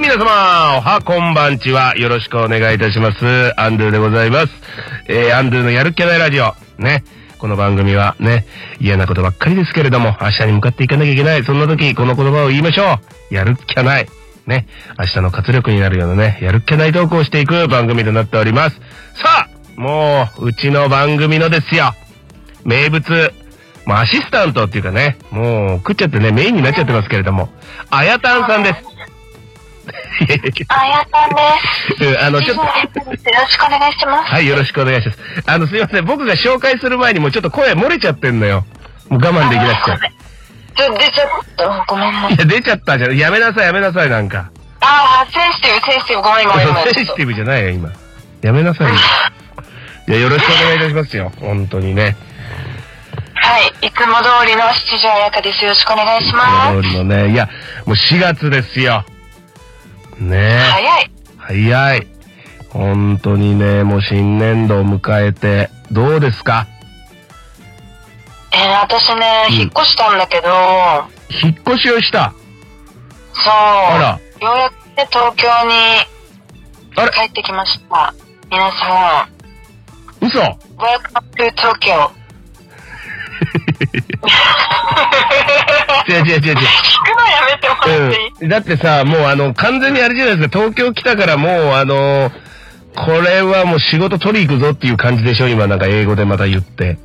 皆様、おはこんばんちは。よろしくお願いいたします。アンドゥでございます。えー、アンドゥのやるっきゃないラジオ。ね。この番組はね、嫌なことばっかりですけれども、明日に向かっていかなきゃいけない。そんな時、この言葉を言いましょう。やるっきゃない。ね。明日の活力になるようなね、やるっきゃない投稿をしていく番組となっております。さあ、もう、うちの番組のですよ。名物、まあ、アシスタントっていうかね、もう食っちゃってね、メインになっちゃってますけれども、あやたんさんです。いやいあやたんです。やいやうんあの、ちょっと、よろしくお願いします。はい、よろしくお願いします。あの、すいません、僕が紹介する前にもうちょっと声漏れちゃってんのよ。もう我慢できなくて。ちょ、出ちゃった。ごめんなさいい。や、出ちゃったじゃん。やめなさい、やめなさい、なんか。ああ、センシティブ、 センシティブ。ごめん、ごめん、ごめん。センちょシっとティブじゃないよ、今。やめなさいよ。いや、よろしくお願いいたしますよ。本当にね。はい。いつも通りの七時あやかです。よろしくお願いしま通す。りのね、いや、もう4月ですよ。ねえ。早い。早い。本当にね、もう新年度を迎えて、どうですかえー、私ね、うん引っ越したんだけど、引っ越しをした。そう。あようやくね、東京にあれ帰ってきました。皆さん、嘘 Welcome to Tokyo. 違う違う違う聞くのやめてもらっていい、違う。うん。だってさ、もうあの、完全にあれじゃないですか、東京来たからもうあの、これはもう仕事取り行くぞっていう感じでしょ今なんか英語でまた言って。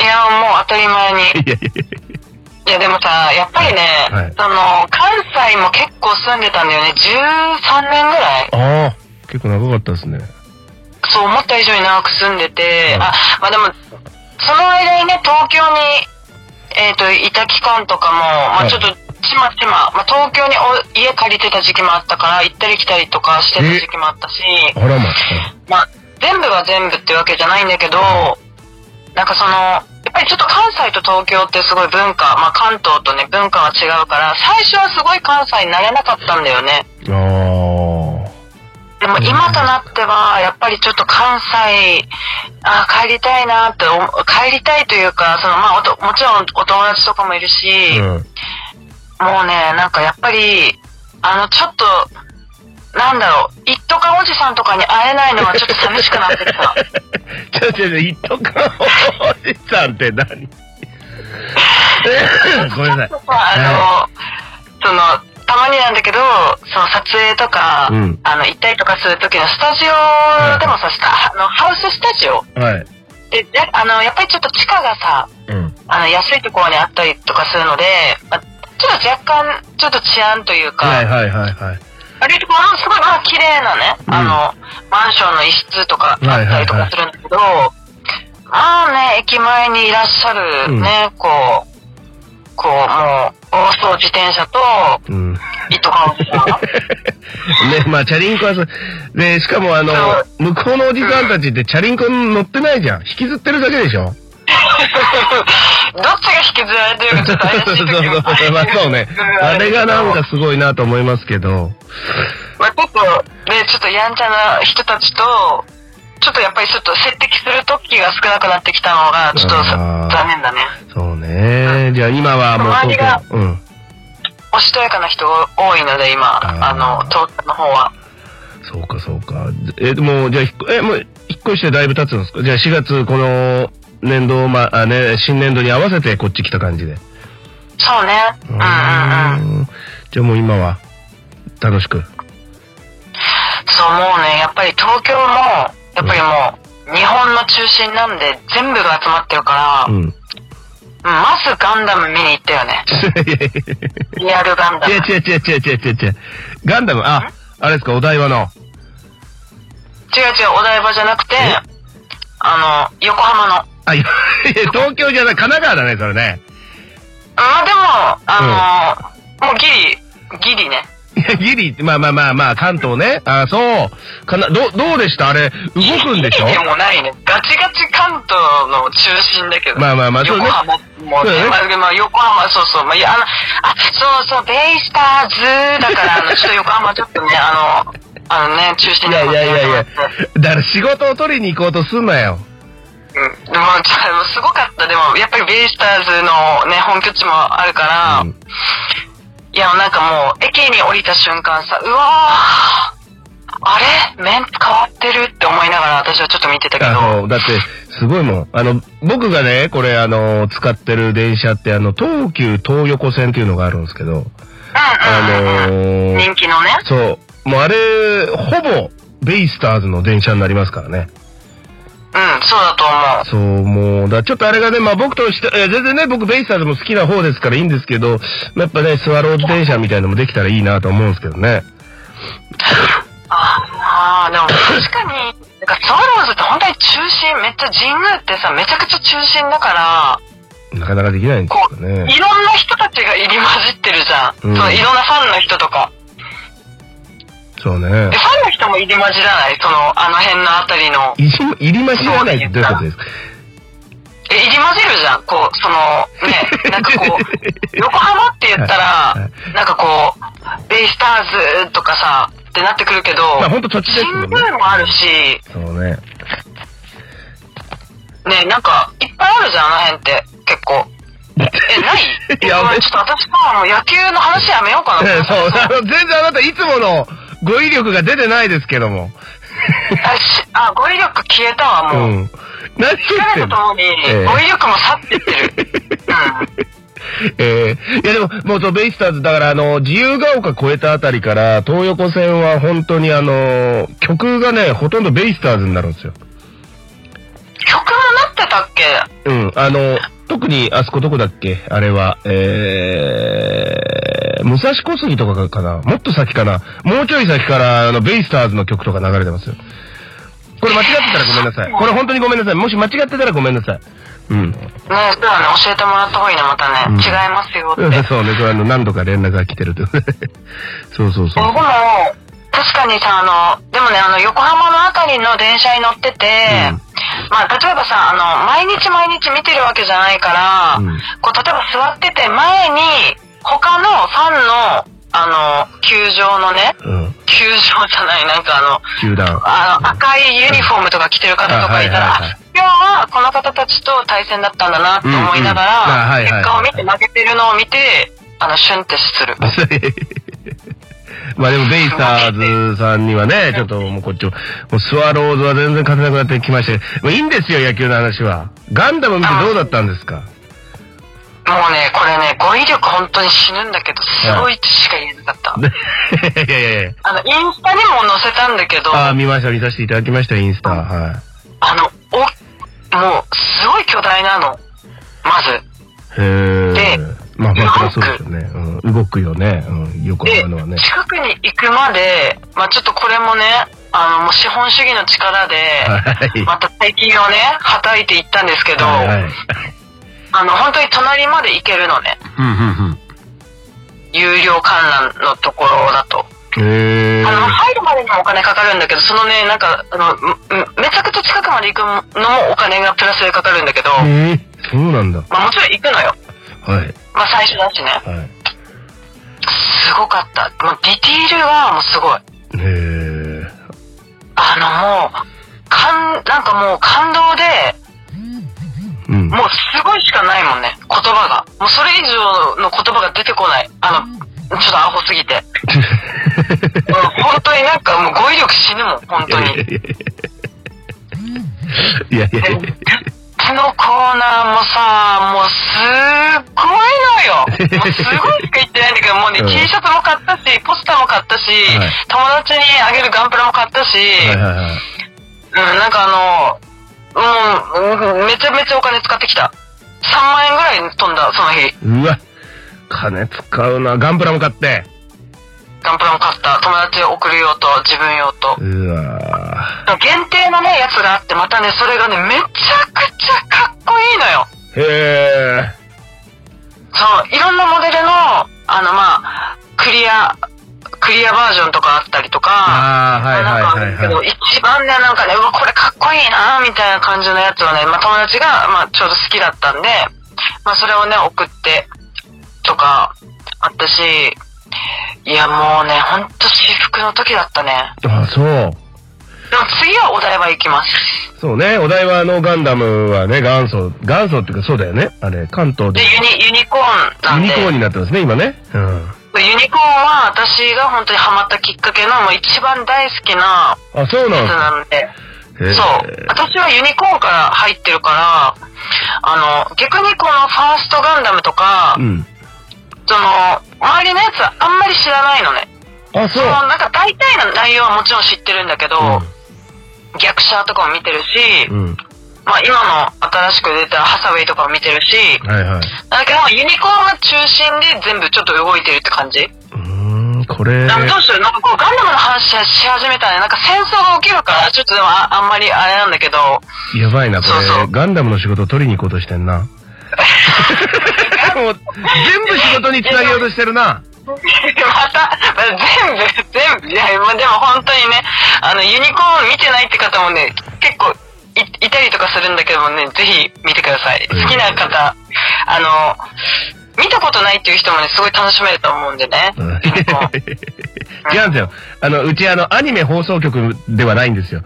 いや、もう当たり前に。いやいやいいやでもさ、やっぱりね、はいその、関西も結構住んでたんだよね。13年ぐらいや。ああ、結構長かったですね。そう思った以上に長く住んでて、うんあ、まあでも、その間にね、東京に、えっ、と、いた期間とかも、まはあいちょっと、ちまちま、まあ東京にお家借りてた時期もあったから、行ったり来たりとかしてた時期もあったし、あらまあ。まあ、全部が全部ってわけじゃないんだけど、なんかその、やっぱりちょっと関西と東京ってすごい文化、まあ関東とね、文化は違うから、最初はすごい関西になれなかったんだよね。あでも今となっては、やっぱりちょっと関西、あー帰りたいなって思、帰りたいというか、その、まあおと、もちろんお友達とかもいるし、あ。うん。もうね、なんかやっぱり、あの、ちょっと、なんだろう、一斗缶おじさんとかに会えないのはちょっと寂しくなってきた。ちょっとちょっと、一斗缶おじさんって 何ごめんなさい。あの、その、たまになんだけど、その撮影とか、うんあの、行ったりとかするときのスタジいオでもさ、したあの、ハウススタジオはい。で、やあの、やっぱりちょっと地下がさ、うん。あの、安いところにあったりとかするので、まあちょっと若干、ちょっと治安というか、はいはいはいはい。割とこうすごいまあ綺麗なね、うんあの、マンションの一室とかあったりとかするんだけど、まあね、駅前にいらっしゃるね、こう、こう、もう、暴走自転車と、うん。ね、糸が落ち た。まあ、チャリンコはそうで、しかもあのそ、向こうのおじさんたちってチャリンコ乗ってないじゃん。引きずってるだけでしょどっちが引きずられてるかちょっと怪しい時も そうそうそうまあそうね。あれがなんか、すごいなと思いますけど。まあ、ちょっと、ね、ちょっとやんちゃな人たちと、ちょっとやっぱりちょっと接敵する時が少なくなってきたのが、ちょっとさあー残念だね。そうね。じゃあ今はもう周りが東京。うん。おしとやかな人が多いので、今、ああーの、東京の方は。そうかそうか。え、でも、じゃあ、ひっこえ、もう、引っ越してだいぶ経つんですかじゃあ4月、この、年度、ま、あね、新年度に合わせてこっち来た感じで。そうね。うんうんうん。うんじゃあもう今は、楽しく。そう、もうね、やっぱり東京も、やっぱりもう、日本の中心なんで、全部が集まってるから、ううんん。まずガンダム見に行ったよね。いやいやいやいや リアルガンダム。違う違う違う違う違う違う違う違う。ガンダム、あ、あれですか、お台場の。お台場じゃなくてえ、あの、横浜の。あ、いや、いや東京じゃない、神奈川だね、それね。まあでも、あの、もうギリ、ギリね。いや、ギリ、まあまあまあまあ、関東ね。あ、そう。かな、ど、どうでしたあれ、動くんでしょギリでもないね。ガチガチ関東の中心だけど。まあまあまあそうね横浜もそうね、ねまあでも横浜、そうそう。まあ、いや、あの、あ、そうそう、ベイスターズだから、あの、ちょっと横浜ちょっとね、あの、あのね、中心いでやいもやいやいや。だから仕事を取りに行こうとすんなよ。うん、でも、ちょっとすごかった。でも、やっぱりベイスターズのね、本拠地もあるから、うんいや、なんかもう、駅に降りた瞬間さ、うわー、あれ面変わってるって思いながら私はちょっと見てたけど、あの、だって、すごいもん。あの、僕がね、これ、あの、使ってる電車って、あの、東急東横線っていうのがあるんですけど、あうんうんうんうん。のー人気のね。そう、もうあれ、ほぼ、ベイスターズの電車になりますからね。うん、そうだと思そう。う、もう、だちょっとあれがね、まあ僕として、え全然ね、僕ベイスターズも好きな方ですからいいんですけど、やっぱね、スワローズ電車みたいのもできたらいいなと思うんですけどね。ああ、でも確かに、 なんかスワローズって本当に中心、めっちゃ神宮ってさ、めちゃくちゃ中心だから、なかなかできないんですよね。いろんな人たちが入り混じってるじゃん。うんそのいろんなファンの人とか。そうねで、。ファンの人も入り混じらないその、あの辺のあたりの。いじ、入りましらないってどういうことですかえ、入り混じるじゃん。こう、その、 ね、なんかこう、横浜って言ったはらいは、なんかこう、ベイスターズとかさ、ってなってくるけど、まあ本当土地ですも新んね。宮もあるし、そうね。ね、なんか、いっぱいあるじゃん、あの辺って、結構。え、ない いやごめん俺ちょっと私さ、もう野球の話やめようかえな。え そう、あの、全然あなたいつもの語彙力が出てないですけども。あしあ、語彙力消えたわ、うもう。ん。何言っ疲てれんのとともに、ええ語彙力も去ってってる。うん。ええいやでも、もうそう、ベイスターズ、だからあの、自由が丘越えたあたりから、東横線は本当にあの、曲がね、ほとんどベイスターズになるんですよ。曲もなってたっけうん、あの、特にあそこどこだっけあれは、えー、武蔵小杉とかかなもっと先かなもうちょい先から、あの、ベイスターズの曲とか流れてますよ。これ間違ってたらごめんなさい。これ本当にごめんなさい。もし間違ってたらごめんなさい。うん。 ねそうだね、教えてもらった方がいいね、またね。うん違いますよって。そうね、これあの、何度か連絡が来てるという。 そうそうそう僕。も、確かにさ、あの、でもね、あの、横浜のあたりの電車に乗ってて、うんまあ、例えばさ、あの、毎日毎日見てるわけじゃないから、うんこう、例えば座ってて前に、他のファンの、あの、球場のね、うん。球場じゃない、なんかあの、球団。 あの、赤いユニフォームとか着てる方とかいたら、あはいはいはいあ今日はこの方たちと対戦だったんだなって思いながうんうんあら、はいはいはい結果を見て負けてるのを見て、あの、シュンってする。まあでも、ベイスターズさんにはね、ちょっともうこっちも、もうスワローズは全然勝てなくなってきまして、もういいんですよ、野球の話は。ガンダム見てどうだったんですか もうね、これね、語彙力本当に死ぬんだけど、すごいってしか言えなかった。ねいやいやいや。あの、インスタにも載せたんだけど、ああ、あ見ました、見させていただきました、インスタ。はの、お、もう、すごい巨大なの。まず。い。へえで。まあまあ、そりゃそうですよね。うん、動くよね。うん、横で浜のはね。、近くに行くまで、まあちょっとこれもね、あの、もう資本主義の力で、はい。また大金をね、はたいていったんですけど、はいはい。あの、本当に隣まで行けるのね。うん、うん、有料観覧のところだと。うん。へえ。あの、入るまでにもお金かかるんだけど、そのね、なんか、あの、むむめちゃくちゃ近くまで行くのもお金がプラスでかかるんだけど、ええ、そうなんだ。まあもちろん行くのよ。はい。まあ最初だしね。はい。すごかった。もうディティールがもうすごい。へえ。あのもう、かん、なんかもう感動で、うん。もうすごいしかないもんね、言葉が。もうそれ以上の言葉が出てこない。あの、ちょっとアホ すぎて。もう本当になんかもう語彙力死ぬもん、本当に。いやいやいやいこのコーナーもさ、もうすっごい のよ。もうすごいしか言ってないんだけど、もうね、うん T シャツも買ったし、ポスターも買ったし、はい友達にあげるガンプラも買ったし、や。はいはいはい。うん、なんかあの、うん、めちゃめちゃお金使ってきた。3万円ぐらい飛んだ、その日。うわ、金使うな。ガンプラも買って。ガンプラも買った。友達送る用と、自分用と。うわ限定のね、やつがあって、またね、それがね、めちゃくちゃかっこいいのよ。へえ。そう、いろんなモデルの、あの、まあ、クリア、クリアバージョンとかあったりとか、ああ、はいなんかあはるいけはいど、はい。一番ね、なんかね、うわ、これかっこいいなみたいな感じのやつをね、まあ、友達が、まあ、ちょうど好きだったんで、まあ、それをね、送って、とか、あったし、いや、もうね、ほんと私服の時だったね。あそう。でも次はお台場行きます。そうね、お台場のガンダムはね、元祖、元祖っていうかそうだよね。あれ、関東で、で。ユニ、ユニコーンなユんニで。コーンになってますね、今ね。うん。ユニコーンは私が本当にハマったきっかけのもう一番大好きなあ、そうなんやつですなんで。へーそう。私はユニコーンから入ってるから、あの、逆にこのファーストガンダムとか、うん。その、周りのやつはあんまり知らないのね。あ、そ。そうなんか大体の内容はもちろん知ってるんだけど、逆者とかも見てるし、うん。うん。まあ今の新しく出たハサウェイとかも見てるし、はいはい。だけどユニコーンが中心で全部ちょっと動いてるって感じ。うーん、これ。なんかどうするなんかこうガンダムの話し始めたらね、なんか戦争が起きるから、ちょっとでもああんまりあれなんだけど、 やばいな、こそうそれ。うガンダムの仕事を取りに行こうとしてんな。もう、全部仕事につなげようとしてるな。また、また全部、全部、いや、まあでも本当にね、あの、ユニコーン見てないって方もね、結構い、いたりとかするんだけどもね、ぜひ見てください。好きな方、あの、見たことないっていう人もね、すごい楽しめると思うんでね。うん違うん結構ですよ。あの、うちあの、アニメ放送局ではないんですよ。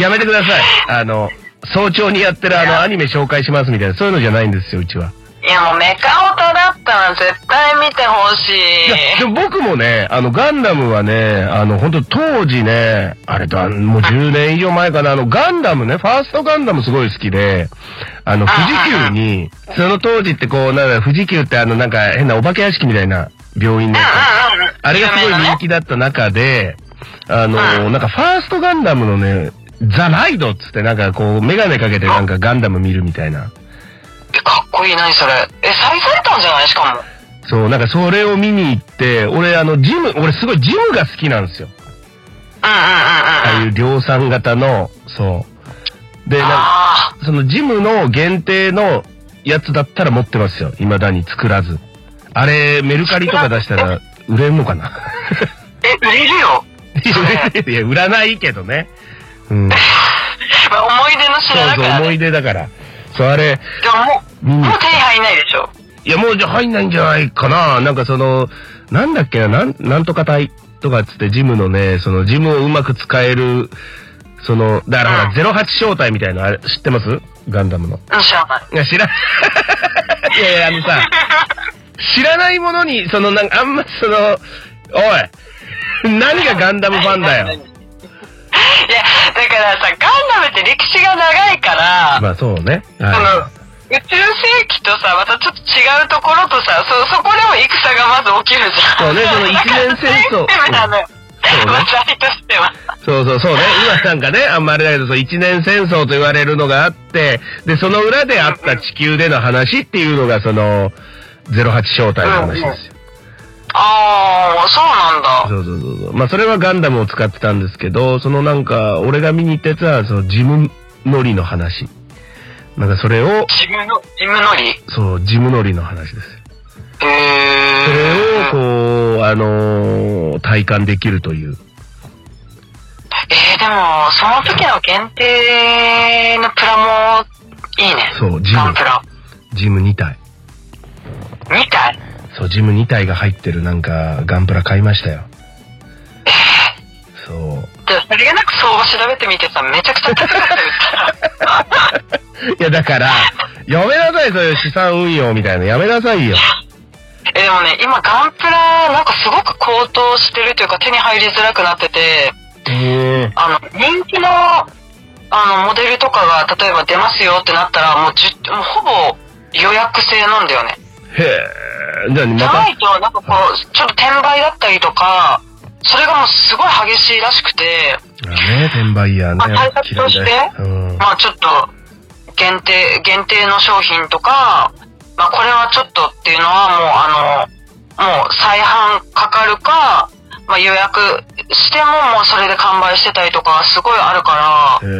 やめてください。あの、早朝にやってるあの、アニメ紹介しますみたいな、そういうのじゃないんですよ、うちは。いや、もうメカオタだったら絶対見てほしいや、でい。も僕もね、あの、ガンダムはね、あの、本当当時ね、あれだ、もう10年以上前かな、あの、ガンダムね、ファーストガンダムすごい好きで、あの、あ富士急に、その当時ってこう、なんだ、富士急ってあの、なんか変なお化け屋敷みたいな病院うんのやつうんうん。あれがすごい有名なね人気だった中で、あの、うなんかファーストガンダムのね、ザ・ライドっつってなんかこう、メガネかけてなんかガンダム見るみたいな。えかっこいい、何それ。え、再されたんじゃないしかも。そう、なんかそれを見に行って、俺あの、ジム、俺すごいジムが好きなんですよ。あうんあうんうんうん。いう量産型の、そう。で、なんかあそのジムの限定のやつだったら持ってますよ。未だに作らず。あれ、メルカリとか出したら売れんのか なーえ、売れるよ。いや、売らないけどね。 うん。まあ思い出のそ品だうそかう、ら、思ね。い出だから。そう、あれ、でももう、うんもう手に入んないでしょ。いや、もうじゃ入んないんじゃないかな。なんかその、なんだっけな、なん、なんとか隊とかっつって、ジムのね、その、ジムをうまく使える、その、だからほら、08招待みたいな、あれ、知ってますガンダムの。うん、知らない。いや、知ら、 いやいや、あのさ、知らないものに、その、なんか、あんま、その、おい、何がガンダムファンだよ。いや、だからさ、ガンダムって歴史が長いから、 まあ、そうね。そのは、宇宙世紀とさ、またちょっと違うところとさ、そ、そこでも戦がまず起きるじゃん。そうねその一年戦争 だから全部なのよ。そうね話題としては。い。そうそうそうね。今なんかね、あんまあれだけど、そう、一年戦争と言われるのがあって、で、その裏であった地球での話っていうのが、その、08招待の話ですよ。ああ、そうなんだ。そうそうそうそう。まあ、それはガンダムを使ってたんですけど、そのなんか、俺が見に行ったやつは、その、ジム乗りの話。なんか、それを、ジムの、ジム乗りへそう、ジム乗りの話ですよ。それえを、こう、あのー体感できるという。えー、でも、その時の限定のプラも、いいね。そうジムガンプラ。ジム2体。みたい。そう、ジム2体が入ってるなんか、ガンプラ買いましたよ。そう。で、それがなく相場調べてみてさ、めちゃくちゃ高かった よ。いや、だから、やめなさい、そういう資産運用みたいな。やめなさいよ。えー、でもね、今ガンプラ、なんかすごく高騰してるというか手に入りづらくなってて、えあの、人気の、あの、モデルとかが、例えば出ますよってなったら、もうじゅ、もうほぼ予約制なんだよね。へえ。じゃあ、まじゃないた、と、なんかこう、ちょっと転売だったりとか、それがもうすごい激しいらしくて、あね、転売ヤーねあ。対策として嫌いだようん。まあちょっと、限定、限定の商品とか、まあこれはちょっとっていうのはもうあの、もう再販かかるか、まあ予約してももうそれで完売してたりとかすごいあるから、へ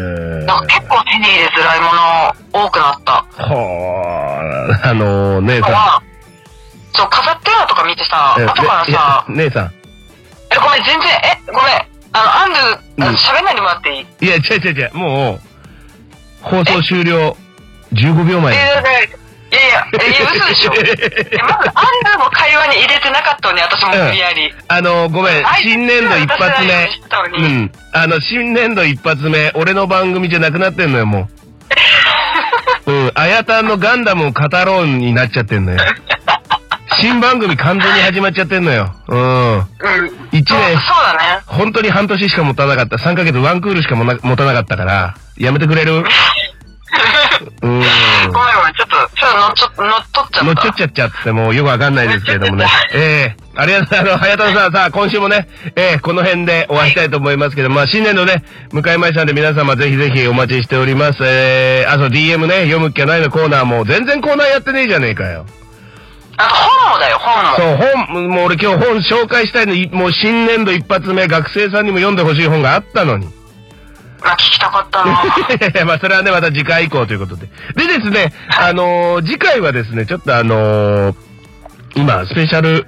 え。なんか結構手に入れづらいもの多くなった。はあ、あのー、姉だかさら、そう、飾ってよとか見てさ、ん。え後からねいやさ、姉さん。え、ごめん、全然、え、ごめん、あの、アンドゥ、あうんの喋んないでもらっていいいや、違う違う違う、もう、放送終了15秒前い。やいやいや、え嘘で しょ。えまず、アンダーも会話に入れてなかったのね、私も無理やり。あの、ごめんあ、いつ新年度一発目私らに。う言っん。あの、新年度一発目、俺の番組じゃなくなってんのよ、も う。うん。あやたんのガンダムを語ろうになっちゃってんのよ。新番組完全に始まっちゃってんのよ。うん。うん。一そう年そうだね。本当に半年しか持たなかった。3ヶ月ワンクールしかもな持たなかったから、やめてくれ るうん。ごめんごめん、ちょっと、ちょっと乗っちょ乗っ取っちゃっ た。乗っちゃっちゃっちゃって、もうよくわかんないですけれどもね乗っちゃっ。 ええありがとうございます。あの、早田さん、さあ、今週もね、ええこの辺でお会いしたいと思いますけど、まあ、新年のね、向かいましたんで、皆様ぜひぜひお待ちしております。ええあと DM ね、読むっきゃないのコーナーも、全然コーナーやってねえじゃねえかよ。あと本もだよ、本も。そう、本、もう俺今日本紹介したいのに、もう新年度一発目、学生さんにも読んでほしい本があったのに。まあ、聞きたか ったな。いやいやまあそれはね、また次回以降ということで。でですね、あのー次回はですね、ちょっとあのー今、スペシャル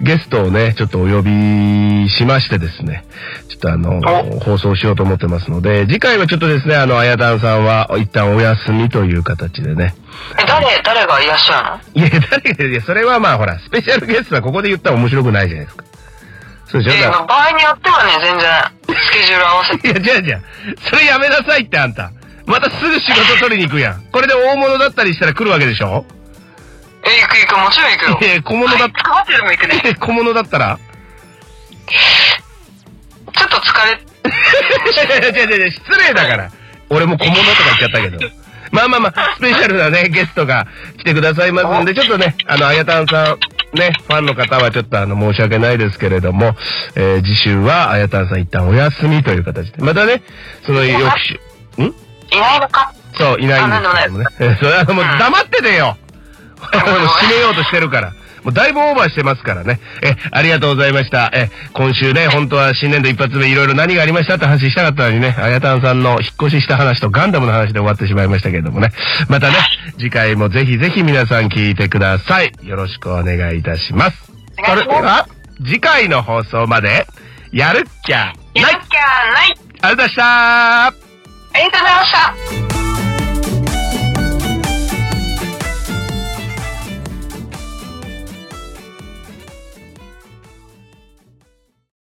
ゲストをね、ちょっとお呼びしましてですね、ちょっとあのー放送しようと思ってますので、次回はちょっとですね、あの、あやだんさんは一旦お休みという形でね。え、誰、誰がいらっしゃるのいや、誰が、いや、それはまあほら、スペシャルゲストはここで言ったら面白くないじゃないですか。そうでしょえだーからまあ場合によってはね、全然、スケジュール合わせて。いや、じゃあじゃあ、それやめなさいってあんた。またすぐ仕事取りに行くやん。これで大物だったりしたら来るわけでしょえ、行く行く、もちろん行くよ。いや小物だはい捕まってでも行くね。え 小物だったらちょっと疲れ、いやいやいやいや失礼だから。俺も小物とか言っちゃったけど。まあまあまあ、スペシャルなね、ゲストが来てくださいますんで、ちょっとね、あの、あやたんさん、ね、ファンの方はちょっとあの、申し訳ないですけれども、えー次週はあやたんさん一旦お休みという形で、またね、その翌週、んいないのかそう、いないんですけどもね。え それはもう黙っててよ俺 もう締めようとしてるから。もうだいぶオーバーしてますからね。え、ありがとうございました。え、今週ね、本当は新年度一発目いろいろ何がありましたって話したかったのにね、あやたんさんの引っ越しした話とガンダムの話で終わってしまいましたけれどもね。またね、次回もぜひぜひ皆さん聞いてください。よろしくお願いいたします。お願いしますそれでは、次回の放送まで、やるっきゃないいなきゃないありがとうございましたありがとうございました